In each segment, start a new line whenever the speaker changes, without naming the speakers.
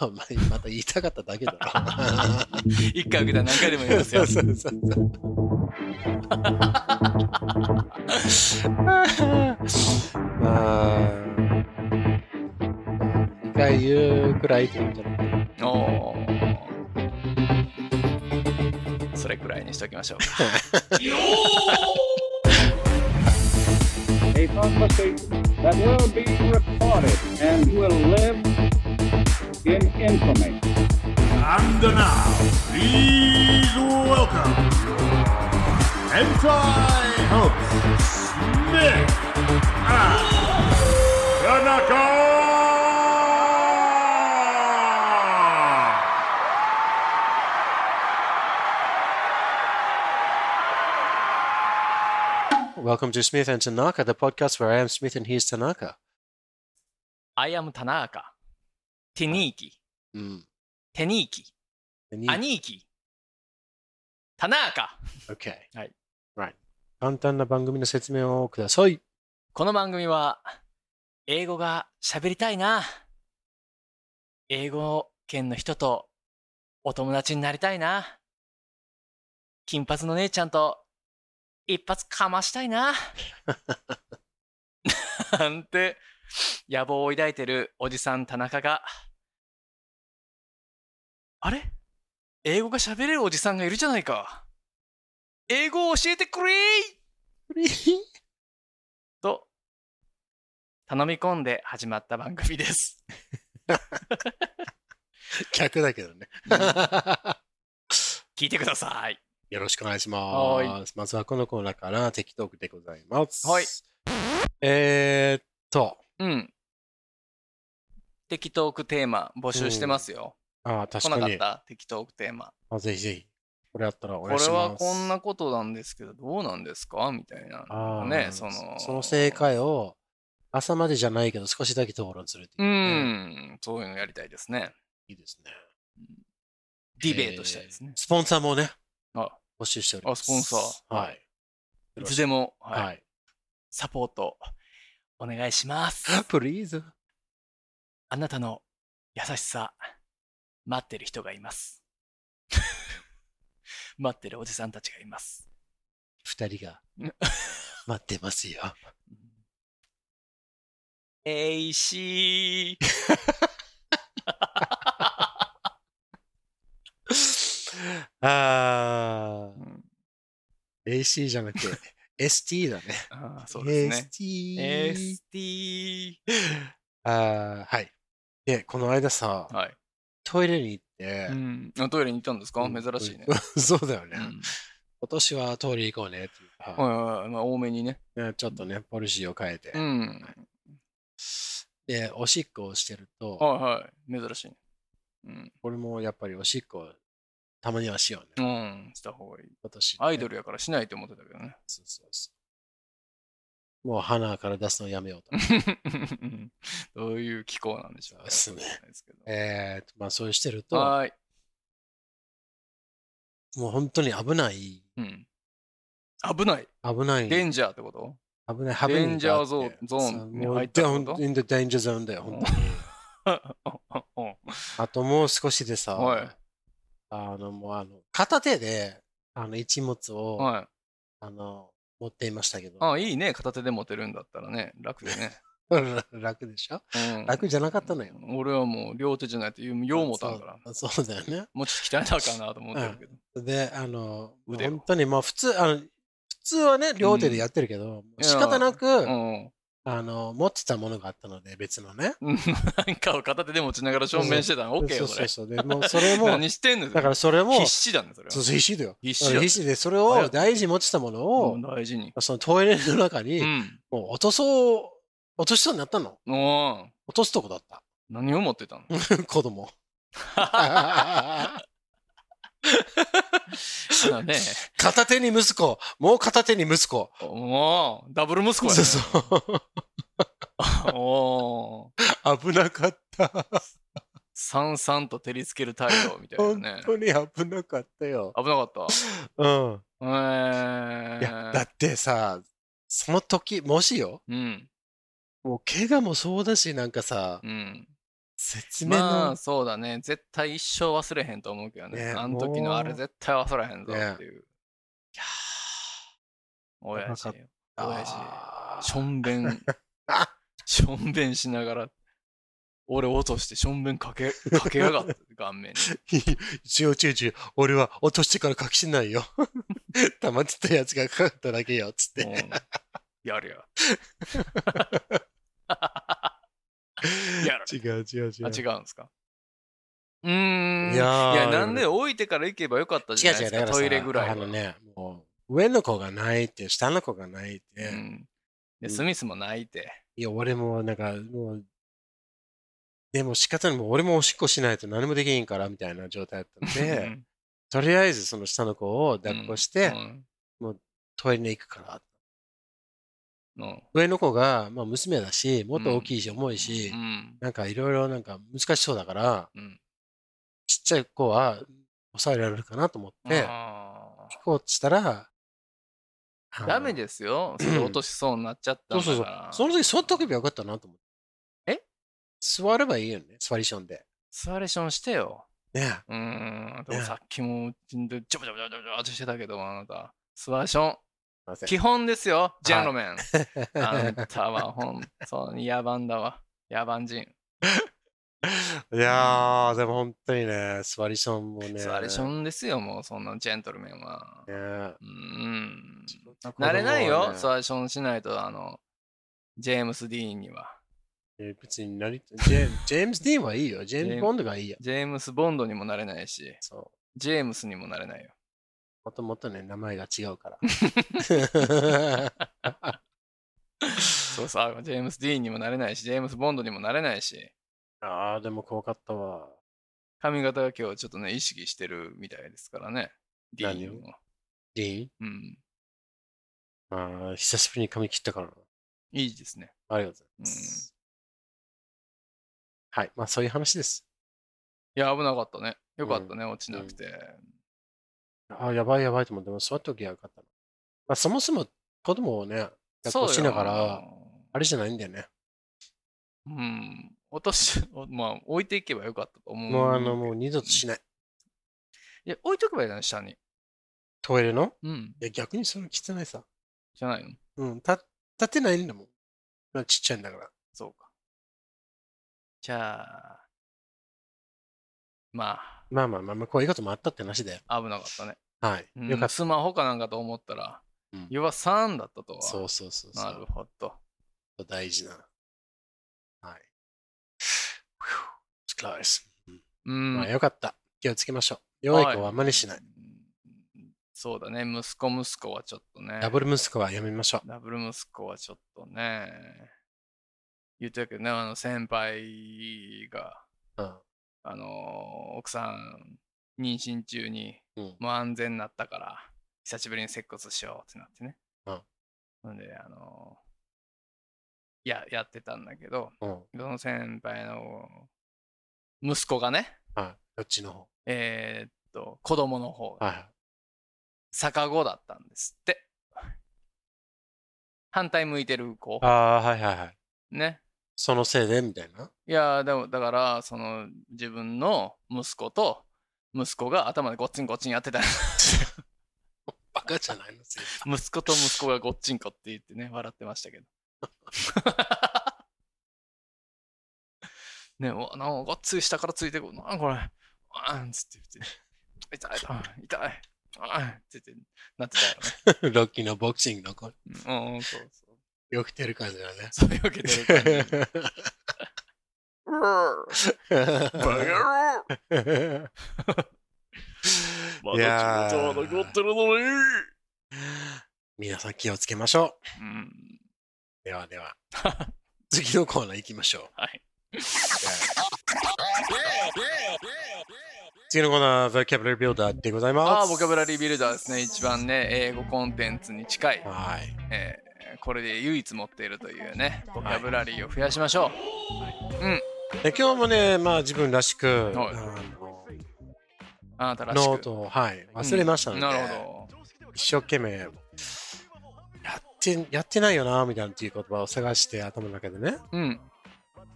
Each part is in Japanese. あんまりまた言いたかっただけだろ。
一回受けたら何回でも言いま す
そ
よ
う。そう そうそう。あー二回言うくらいって言うんじゃなくて。
おーそれくらいにしておきま しょうか。
a prophecy that will be recorded and will live in infamy.
And now, please welcome Hentai hosts Nick and Tanaka.
Welcome to Smith and Tanaka, the podcast where I am Smith and he is Tanaka.
I am Tanaka. テニーキ。
うん。
テニーキ。アニーキ。タナーカ。
Okay.
はい。
Right. 簡単な番組の説明をください。
この番組は、英語が喋りたいな。英語圏の人とお友達になりたいな。金髪の姉ちゃんと一発かましたいな。なんて野望を抱いてるおじさん田中が、あれ英語が喋れるおじさんがいるじゃないか。英語を教えてくれ と頼み込んで始まった番組です。
逆だけどね。
聞いてください。
よろしくお願いし
は
ます。まずはこのコーナーから適当でございます。
はい。
えー、っと、
うん。適当クテーマ募集してますよ。
あー
来
確
な
か
かっ
に
た適当クテーマ。
あ。ぜひぜひ。これあったらお
こ
願いします
れ。はこんなことなんですけど、どうなんですかみたいな。
あー
ねその
その正解を朝までじゃないけど少しだけ討論するって
う
いうね、
ん、そういうのやりたいですね。
いいですね。
ディベートしたいです
え
ね
ー。スポンサーもね、
あ
募集しております。
あスポンサー
はい。
いつでも、はい
はい。
サポートお願いします。
プリーズ。
あなたの優しさ、待ってる人がいます。 待ってるおじさんたちがいます。
二人 が
うん
待ってますよ。
えいしー。
あー、AC じゃな くて ST だね。
あーそうですね。
ST。
ST。
あーはい。で、この間さ、
はい。
トイレに行って
う、ん。あトイレに行ったんですか
うん
珍しいね。。
そうだよ
う
ね。
ん
今年はトイレ行こうねっていうか
はいはいはい。まあ、多めにね。
ねちょっとね、ポリシーを変えて
う。ん。
で、おしっこをしてると、
はいはい。珍しいね。うん。
これもやっぱりおしっこ、たまにはしよう
う
ね。
ん。した方がいい。
今年ね。
アイドルやからしないと思ってたけどね。
そうそうそう。もう鼻から出すのやめようと。
うんどういう気候なんでしょう
そうですね
わかんないですけど
えーと、まあそうしてると、
はーい。
もう本当に危ない、
うん。危ない。
危ない、
レンジャーってこと
危ない、ハプ
レ
ニン
ン
グ
ジ
が
ャ
あ
ー
って
ゾーンゾーンに入った
そう
ってこ
もう
と
in the danger zone だよ、本当に。あともう少しでさ、
はい
あの、もうあの、片手で、あの、一物を、
はい。
あの、持っていましたけど、
あ、いいね。片手で持てるんだったらね。楽で ね。
楽でしょ
うん
楽じゃなかったのよ。
俺はもう両手じゃないと、よう持たんから。
ら。そうだよね。
もうちょっと鍛えたかなと思ってるけど。
で、あの、もう
腕を
本当にまあ普通、あの、普通はね、両手でやってるけど、
や
仕方なく、
うん。
あの、持ってたものがあったので、別のね。
うんなんかを片手で持ちながら証明してたの。オッケ
そ
ー
うそ
よ、そうれ。
そう。でもうそれも、
何してんの
だからそれも、
必死だね、それ
そう
は。
そう必死だよ。
必
だ
死
から
だね
必死で、それを大事に持ってたものを
うん、大事に。
そのトイレの中に、
うん。
もう落とそう、落としそうになったの。
うん
落とすとこだった。
何を持ってたの
子 供。
あね。
片手に息子、もう片手に息子。
もう、ダブル息子やね。
そうそう。
おー
危なかった。
さんさんと照りつける太陽みたい
本
なね。
当に危なかったよ。
危なかった。
うん。
えー、
いや、だってさ、その時、もしよ、
うん、
もう怪我もそうだし、なんかさ、
うん。
説明
ま
の
あ、そうだね。絶対一生忘れへんと思うけどね。
ね
あの時のあれ
もう
絶対忘れへんぞ
ね
っていう。いやー、親父
やば
よ。親父。
あ
しょん べん、しょんべんしながら、俺落としてしょんべんかけ、かけやがった、顔 面に。
ー一応注意俺は落としてから隠しないよ 黙ってたやつがかかっただけよつって
もうやるよ。やる
違う違う違
あ、
う
違うんですかうーん。
いやー
いやなんで置いてから行けばよかったじ
違
ゃ
う
ない
違
で
う
すか、トイレぐらい
あ
は。
のねもう上の子が泣いて下の子が泣いて、
うん。で、スミスも泣いて。
いや俺もなんかもうでも仕方ないもう俺もおしっこしないと何もできへんからみたいな状態だったん
う
で
ん
とりあえずその下の子を抱っこして、
うん
トイレに行くから
うん
上の子が、まあ、娘だしもっと大きいし重いし、
うん
なんかいろいろなんか難しそうだから
うん
ちっちゃい子は抑えられるかなと思って行
あー
こうとしたらあの
ダメですよ。それ落としそうになっちゃった
そ
ん
うそうそ
だか
う
ら。
その時座っとけばよかったなと思って
え
座ればいいよね座りションで
座れションしてよ。
ね
うーん。で
ね
もさっきも、ちんとちょぼちょぼちょぼちょぼってしてたけど、あなた。座れション。
すいません
基本ですよ、ジェントルメン。あんたは本当に野蛮だわ。野蛮人。
いやー、でも本当にね、スワリションもね。
座れションですよ、もうそんなジェントルメンは。
ね。
うーん。
子供は
なれないよ、
ね
座れションしないと、あの、ジェームス・ディーンには。
え別になり、ジェジェーム ズ・ディーンはいいよ。ジェーム
ジ
ズ・
ェーム
ボンドがいいよ。
ジェームス・ボンドにもなれないし、
そ
ジェームスにもなれないよ。
う。もともとね、名前が違う から。
そうそう、ジェームス・ディーンにもなれないし、ジェームス・ボンドにもなれないし、
あー、でも怖かったわ。
髪型は今日ちょっとね、意識してるみたいですからね。ディーンも。
ディーン
うん。
あー久しぶりに髪切ったからな。
いいですね。
ありがとうございます。はい。まあ、そういう話です。
いや、危なかったね。よかったね、落ちなくて。
あー、やばいやばいと思って、でも座っときゃよかったな。まあ、そもそも子供をね、抱っ
そうよ
こしながら、。あれじゃないんだよね。
うん。落とし、おまあ、置いていけばよかったと思う。
もうあの、もう二度としない。
いや、置いとけばいいじゃん、下に。
トイレの
うん。
いや、逆にその汚いさ。
じゃないの
うん、た立てないんだもん。まあちっちゃいんだから。
そうか。じゃあ、ま
まあまあまあまあ、こういうこともあったって話だよ。
あ、危なかったね。
はい。
うん
よかっ
スマホかなんかと思ったら
うん、
弱さんだったとは。
た。そうそうそうそう。
なるほど。
大事な。はい。 ふぅお疲れ様です。
う
まあ
ん。
よかった。気をつけましょう。弱い子は真似しない。
うんそうだね、息子息子はちょっとね。
ダブル息子はやめましょ
ダブル息子はちょっとね、言ってたけどね、あの先輩が、
う。うん。
あの、奥さん、妊娠中に、
うん
もう安全になったから、久しぶりに接骨しようってなってね。
うん。
なんで、あの、や、やってたんだけど、
うん。
その先輩の息子がね、
はい。どっちの方
えーっと、子供の方が、
はいはい。
逆子だったんですって。反対向いてる子
あ。あ、はいはいはい。
ね。
そのせいでみたいな。
いやーでもだからその自分の息子と息子が頭でごっちんごっちんやってた
バカじゃないの せいで
息子と息子がごっちんこって言ってね笑ってましたけど ねおなんかごっつい下からついてくるなんこれあんつって言って痛い痛い痛いあんつってなって
ロッキーのボクシングの子。
たよねうんうんそうそう
よくてる感じだね。
そういうわけでる感じうーバカ 野郎ま
い
だ
やー
ちょっとは残ってるのに
皆さん気をつけましょ
うん
う。ではでは。 次のコーナー行きましょう。
はい。
次のコーナー、v o c a b u l a r y Builder でございます。
ああ、ボキャブラリービルダーですね。一番ね、英語コンテンツに近い、
はい。
えーこれで唯一持っているというね、ボキャブラリーを増やしましょ
で今日もね、まあ自分らしく、
はいう。あなた
あの
らしく。
ノートを、はい、忘れましたの
うん
で、
なるほ
一生懸命、やって、やってないよな、みたいなっていう言葉を探して、頭の中でね、
ど。うん。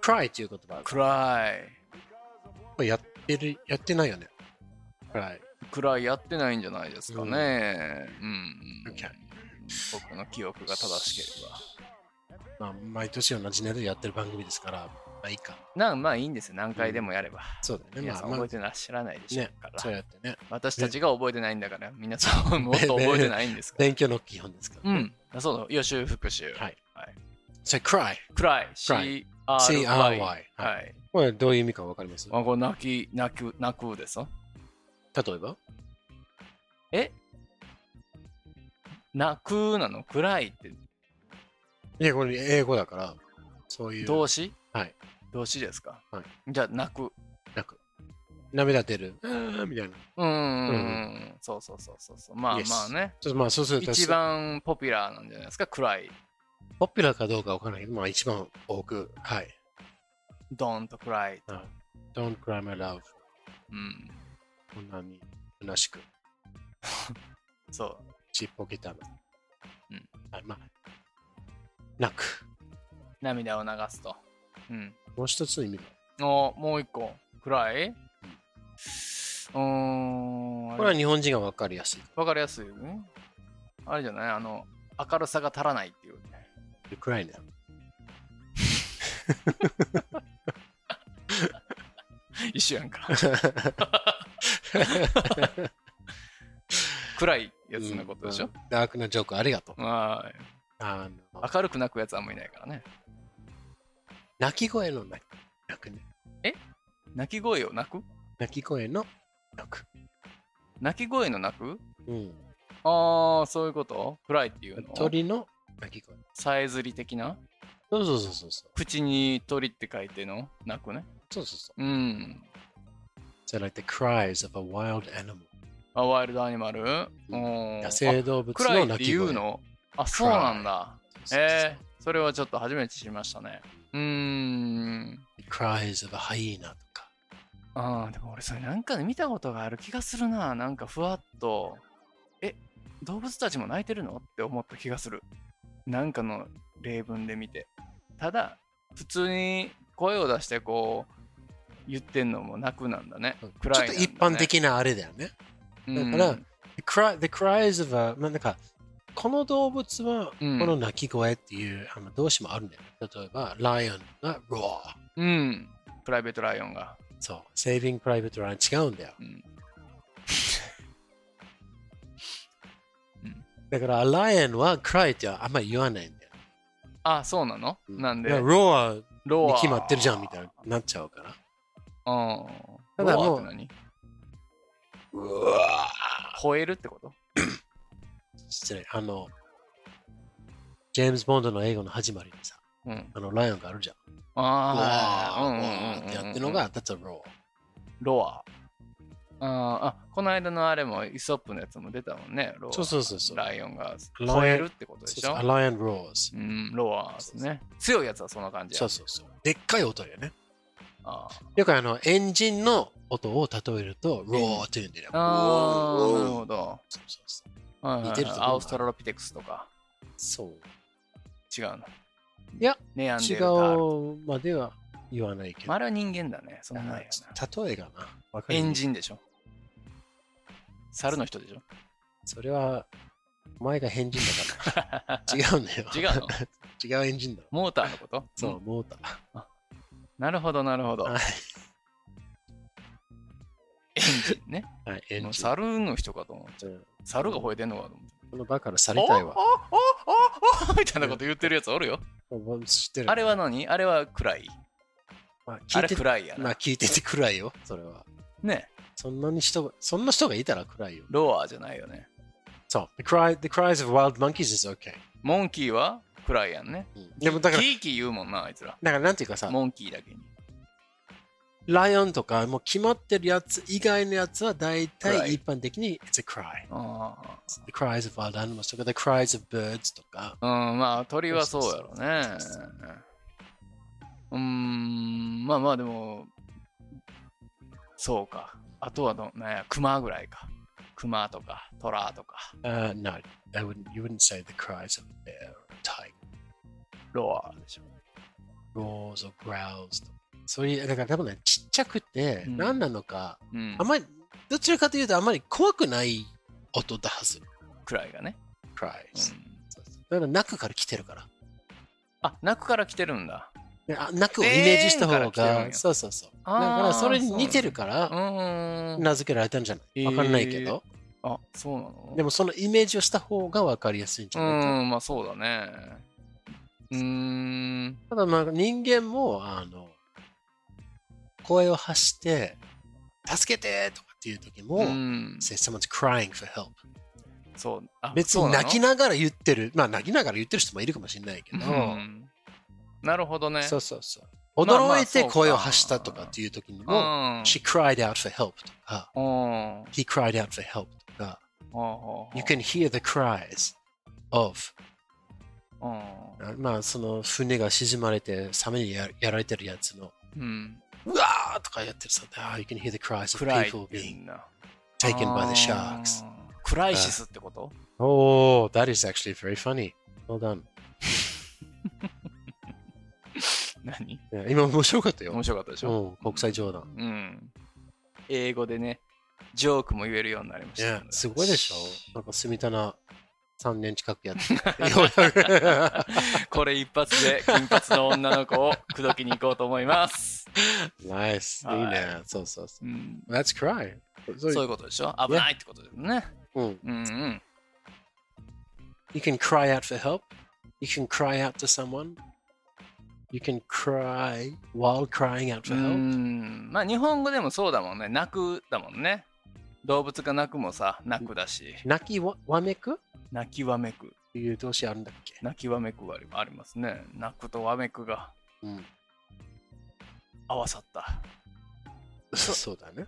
cry っていう言葉。
暗い。
まあ、やってる、やってないよね。はい。
くらいやってないんじゃないですかね。うん。うん
Okay
僕の記憶が正しければ。
まあ、毎年同じネタでやってる番組ですから、まあいいか。
なんまあいいんですよ。何回でもやれば。
そうだよね。
皆
ま
さ
あ、
ん
ま
覚
あ
え、てらっしゃらないでしょ
ね
うか、
そう
ら。
やってね。
私たちが覚えてないんだから、みんなそうもっと覚えてないんですから。
勉強の基本です から。
う。ん。そうだ予習復習。
はい。
はい。
それ、cry。
cry。
Cry
C-R-Y。
CRY
は。
はいこれ、どういう意味かわかります
あこれ泣き、泣く、泣くですよ。
例えば
え泣くなの暗いって
いや、これ英語だから、そういう。
動詞
はい。
動詞ですか
はい
じゃあ泣く。
なく。涙出る。うーんみたいな。
うー。
うん
そうそうそうそうそう。まあ
Yes
まあね。
ちょっとまあ、そうすると、
一番ポピュラーなんじゃないですか暗い。
ポピュラーかどうかわからないけど、まあ、一番多く。はい。
ドーンと暗い。
はい Don't cry my love.
うん。
こんなに虚しく。
そ
ちっぽけたの。
うん。
はい、まあ、泣く。
う。涙を流すと。うん。
もう一つの意味が。
おもう一個。暗い。うーん。あ
こ
れ
れは日本人がわかりやすい。
わかりやすいよね。あれじゃないあの、明るさが足らないっていう。
暗いね。
一緒や んか。暗いやつのことでしょ
うん、ダークなジョークありがとう。
は
あの
い。明るく泣くやつあんまいないからね。
泣き声の泣く泣くね。
泣き声を泣く
泣き声の泣く。
泣き声の泣く
うん。
ああ、そういうこと暗いっていうの
鳥の鳴き声。
さえずり的な
そうそうそうそうそう。
口に鳥って書いての泣くね。
そうそうそう。
うん。
So like the cries of a wild animal.
あワイルドアニマルうん。
野生動
あ
物
暗い
の
って
鳴き
言う
声。
のあ、そうなんだ。
そうそうそう
えー、それはちょっと初めて知りましたね。うーん。
The cries of a hyena とか。
ああ、でも俺それなんかで見たことがある気がするな。なんかふわっと、え、動物たちも泣いてるのって思った気がする。なんかの例文で見て。ただ、普通に声を出してこう、言ってんのも泣くなんだね。暗い
ちょっと一般的なあれだよね。
な
だから、The, cry, the cries of a, まあなんか、この動物はこ
うん
の鳴き声っていう、あの動詞もあるんだよね。例えば、ライオンが roar。
うん、うん。プライベートライオンが。
そう、saving private Ryan 違うんだよ。
うん
だから、ライオンは cry ってあんまり言わないんだよ。
あ、そうなの、なんで、
roar
ロ
に
ア。
決まってるじゃんみたいになっちゃうから。
うん。
ただ
ロアっ
もう
て何
うわ
吠えるってこと
失礼。あの、ジェームズ・ボンドの映画の始まりにさ、
うん。
あの、ライオンがあるじゃん。
ああ、
う
う
わ
んうん
ー
うんうん
ってやってるのが、that's a roar。
ロア。あーあ、この間のあれも、イソップのやつも出たもんね。ロア
そうそうそうそう
ライオンが
ライオン
吠えるってことでしょ。
a lion roars。
うん、ロアですね。強いやつはそんな感じや。
そうそうそう。でっかい音だよね。
あ
よくあの、エンジンの音を例えると、roar って言うんだよ。
ーあー、なるほ
ど。
ど。
そうそうそう
はいはいはい
似てるとこ
アウストラロピテクスとか、
そう。
違うの。
いや、
ネアンデ
違
ルタール。
うまでは言わないけ
まあ、
ど。
あれは人間だね。そんなのないよな。
例えがな。わかり
エ
にくい
ンジンでしょ。猿の人でしょ。
それは、お前が変人だから。違うんだよ。
違うの
違うエンジンだろ。
モーターのこと
そ
ん
う、モーター。
なるほど、なるほど。エン
はい
ジンね。
はい、エ
も
ン
う
ジン。
猿の人かと思って。
うん
猿が吠えてんのかと思って。
このバカの去りたいわ
お。おおおおみたいなこと言ってるやつおるよ。
もう知ってる。
あれは何あれは暗い。
まあ、
あ
聞い
れ
てて、
暗いや
ま
な
あ、。聞いてて暗いよ、それは。
ね。
そんなに人が、そんな人がいたら暗いよ。
ロアじゃないよね。
そう。The, cry, the cries of wild monkeys is okay.
モンキーは暗いやんね。
うんでもだから、
キーキー言うもんな、あいつら。
だからなんていうかさ、
モンキーだけに。
ライオンとか、もう決まってるやつ以外のやつは大
暗い
体一般的に It's a cry.
あ
The cries of wild animals とか、The cries of birds とか。
あ。うん、まあ鳥はそうやろね。うーん、まあまあでも、そうか。あとはど、なんや、クマぐらいか。クマとか、トラとか、
Uh, no, I wouldn't. You wouldn't say the cries of a bear or a tiger,
ロアでしょ。
roars or growls. そういう、だから多分ね、ちっちゃくて
うん
何なのか、
うん
あ。まり、どちらかというとあまり怖くない音だはず。
くらいがね。
cries
うん
そうそうだから、泣くから来てるから。
あ、泣くから来てるんだ。
であ泣くをイメージした方
レーンから来てるん
が、
や
そうそうそう。だ
あー
から、それに似てるか
う
ら、
ーん。
名付けられたんじゃない
へー
わかんないけど。
あ、そうなの
でも、そのイメージをした方がわかりやすいんじゃないか
うん、まあそうだね。うーん。
ただまあ人間もあの声を発して助けてとかっていう時も、
うん、
say someone's crying for help
そう。あ
別
そう
に
なの
泣きながら言ってるまあ泣きながら言ってる人もいるかもしれないけど、
うんなるほどね。
そうそうそう
まあまあ
驚いて
そうか
声を発したとかっていう時に
う
も、
ん。
she cried out for help とか
うん。
he cried out for help とか
ほうほうほう
you can hear the cries of
う
まあその船が沈まれてサメにややられてるやつの
んうん。
うわーとかやってるさ、ああ、you can hear the cries of
暗い
people
ってい
being
うんだ。
taken by the sharks.
あー。クライシスってこと
Oh, that is actually very funny. Well done.
何
いや今面白かったよ
面。白かったでしょ
うん国際冗談。
うん。英語でね、ジョークも言えるようになりま
い
し
や
た。、
すごいでしょなんか住棚3年近くやって るようやく
これ一発で金髪の女の子を口説きに行こうと思います。
ナイス。いい
はい
ね。そうそうそ
うん、
う。Let's cry. そう
そういうことでしょ危ないってことですね。
うん
うんうん。
You can cry out for help. You can cry out to someone. You can cry while crying out
う
for help.
んまあ日本語でもそうだもんね。泣くだもんね。動物が泣くもさ、泣くだし、
泣きわわめくっ
泣きわめく。
ていう動詞あるんだっけ
泣きわめくはありありますね。泣くとわめくが
うん。
合わさった。
そ そうだね。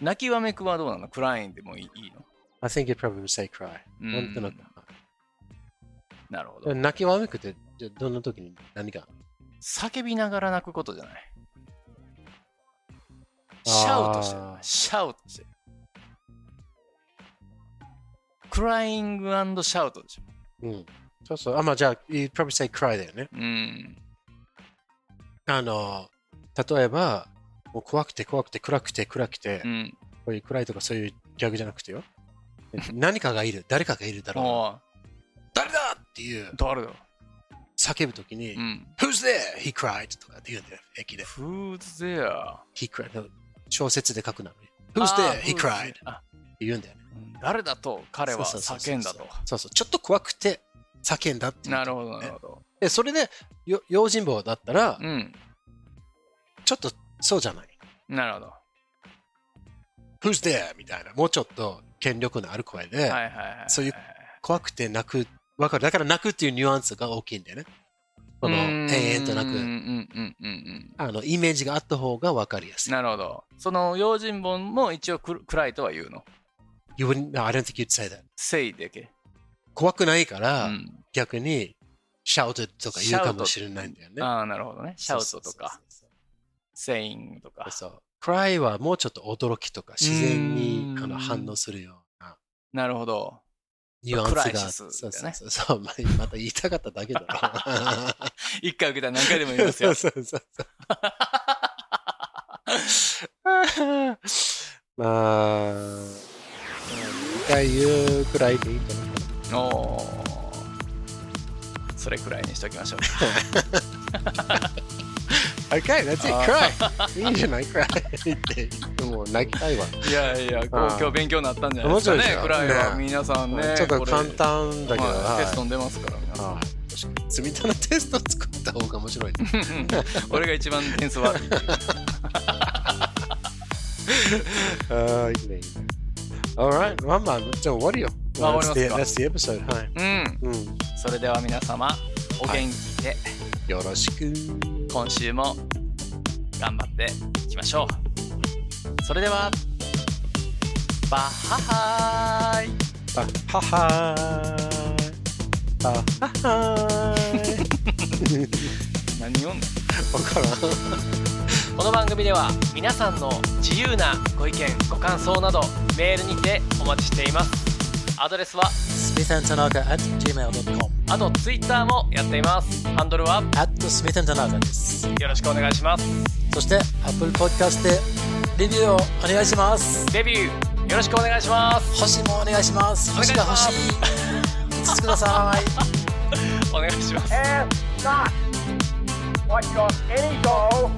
泣きわめくはどうなのクラインでもいいいいの
I think you'd probably say cry.
うん
なんとなく。
なるほど。
泣きわめくって、じゃあどんな時に何が
叫びながら泣くことじゃない。シャウトしてる
あー
シャウトしてるクライングシャウトでしょ。
うん。そうそう。あ、まあじゃあ、you'd probably say cry だよね。
うん。
あの、例えば、もう怖くて怖くて暗くて暗くて、
うん。
こういう暗いとかそういうギャグじゃなくてよ。何かがいる、誰かがいるだろ
も
う。誰だっていう
う、誰だ
叫ぶときに、
うん。
Who's there? He cried とかって言うんだよ、駅で。
Who's there?
He cried. 小説で書くなのに。Who's there? He cried って
あ
言うんだよね。
うん誰だと彼は
そうそうそうそう
叫んだと。
そうそう。ちょっと怖くて叫んだっていう
なるほど、なるほど。
でそれでよ用心棒だったら、
うん。
ちょっとそうじゃない。
なるほど。は
Who's there? みたいな。もうちょっと権力のある声
い
で、
はいはい。
そういう怖くて泣く。わかる。だから泣くっていうニュアンスが大きいんだよね。この、
うーん
延々と
うん
泣く。
うんうんうんうん。
あの、イメージがあった方がわかりやすい。
なるほど。その用心棒も一応く暗いとは言うの。
You wouldn't, no, I don't think you'd say that.
せいだけ。
怖くないか
う
ら、
ん、
逆に、シャウトとか言うかもしれないんだよね。
ああ、なるほどね。シャウトとか、
そう
セイングと
そう
か。
そう。そう。cry はもうちょっと驚きとか、自然に
うーん
あの反応するような。
なるほど。
ニュアンスが。
クライシスだよね
そうそうそうそう。ままた言いたかっただけだろ。。
一回受けたら何回でも言いますよ
そうそうそうそう。まあ、一回言うくらいでいいと思う。
おーそれくらいにしておきましょう。
Okay, that's it,
あ
cry! いいじゃない、cry! って。もう泣きたいわ。
いやいや、こう
あー
今日勉強になったんじゃないですか
面白いです
ね、
よ
くらいは。
ね
皆さんね。
ちょっと簡
こ
単だ
れ
けど、
はいテス
は
トに出ますから、皆
い。
さん。
はい確かに積み棚テスト作った方が面白いね。
俺が一番点数悪いっていう。
ああ、いいね、いいね。Alright, まあまあ、じゃあ終わるよ。
まあ
That's
終わりま
the- That's the episode, はい。
うん。
うん。
それでは皆様、お元気で、
よろしく。
今週も頑張っていきましょう。それでは、バッハハーイ
あははーい。あははー い。
何読んだ
わからん。
この番組では皆さんの自由なご意見ご感想などメールにてお待ちしていますアドレスは
Smith and Tanaka at gmail.com
あとツイッターもやっていますハンドルは
at Smith and Tanaka です
よろしくお願いします
そして Apple Podcast でレビューをお願いします
デビューよろしくお願いします
星もお願いします
お願
星
いし
が
ま
欲
す
しい5つください
お願いします
Ask not what your ego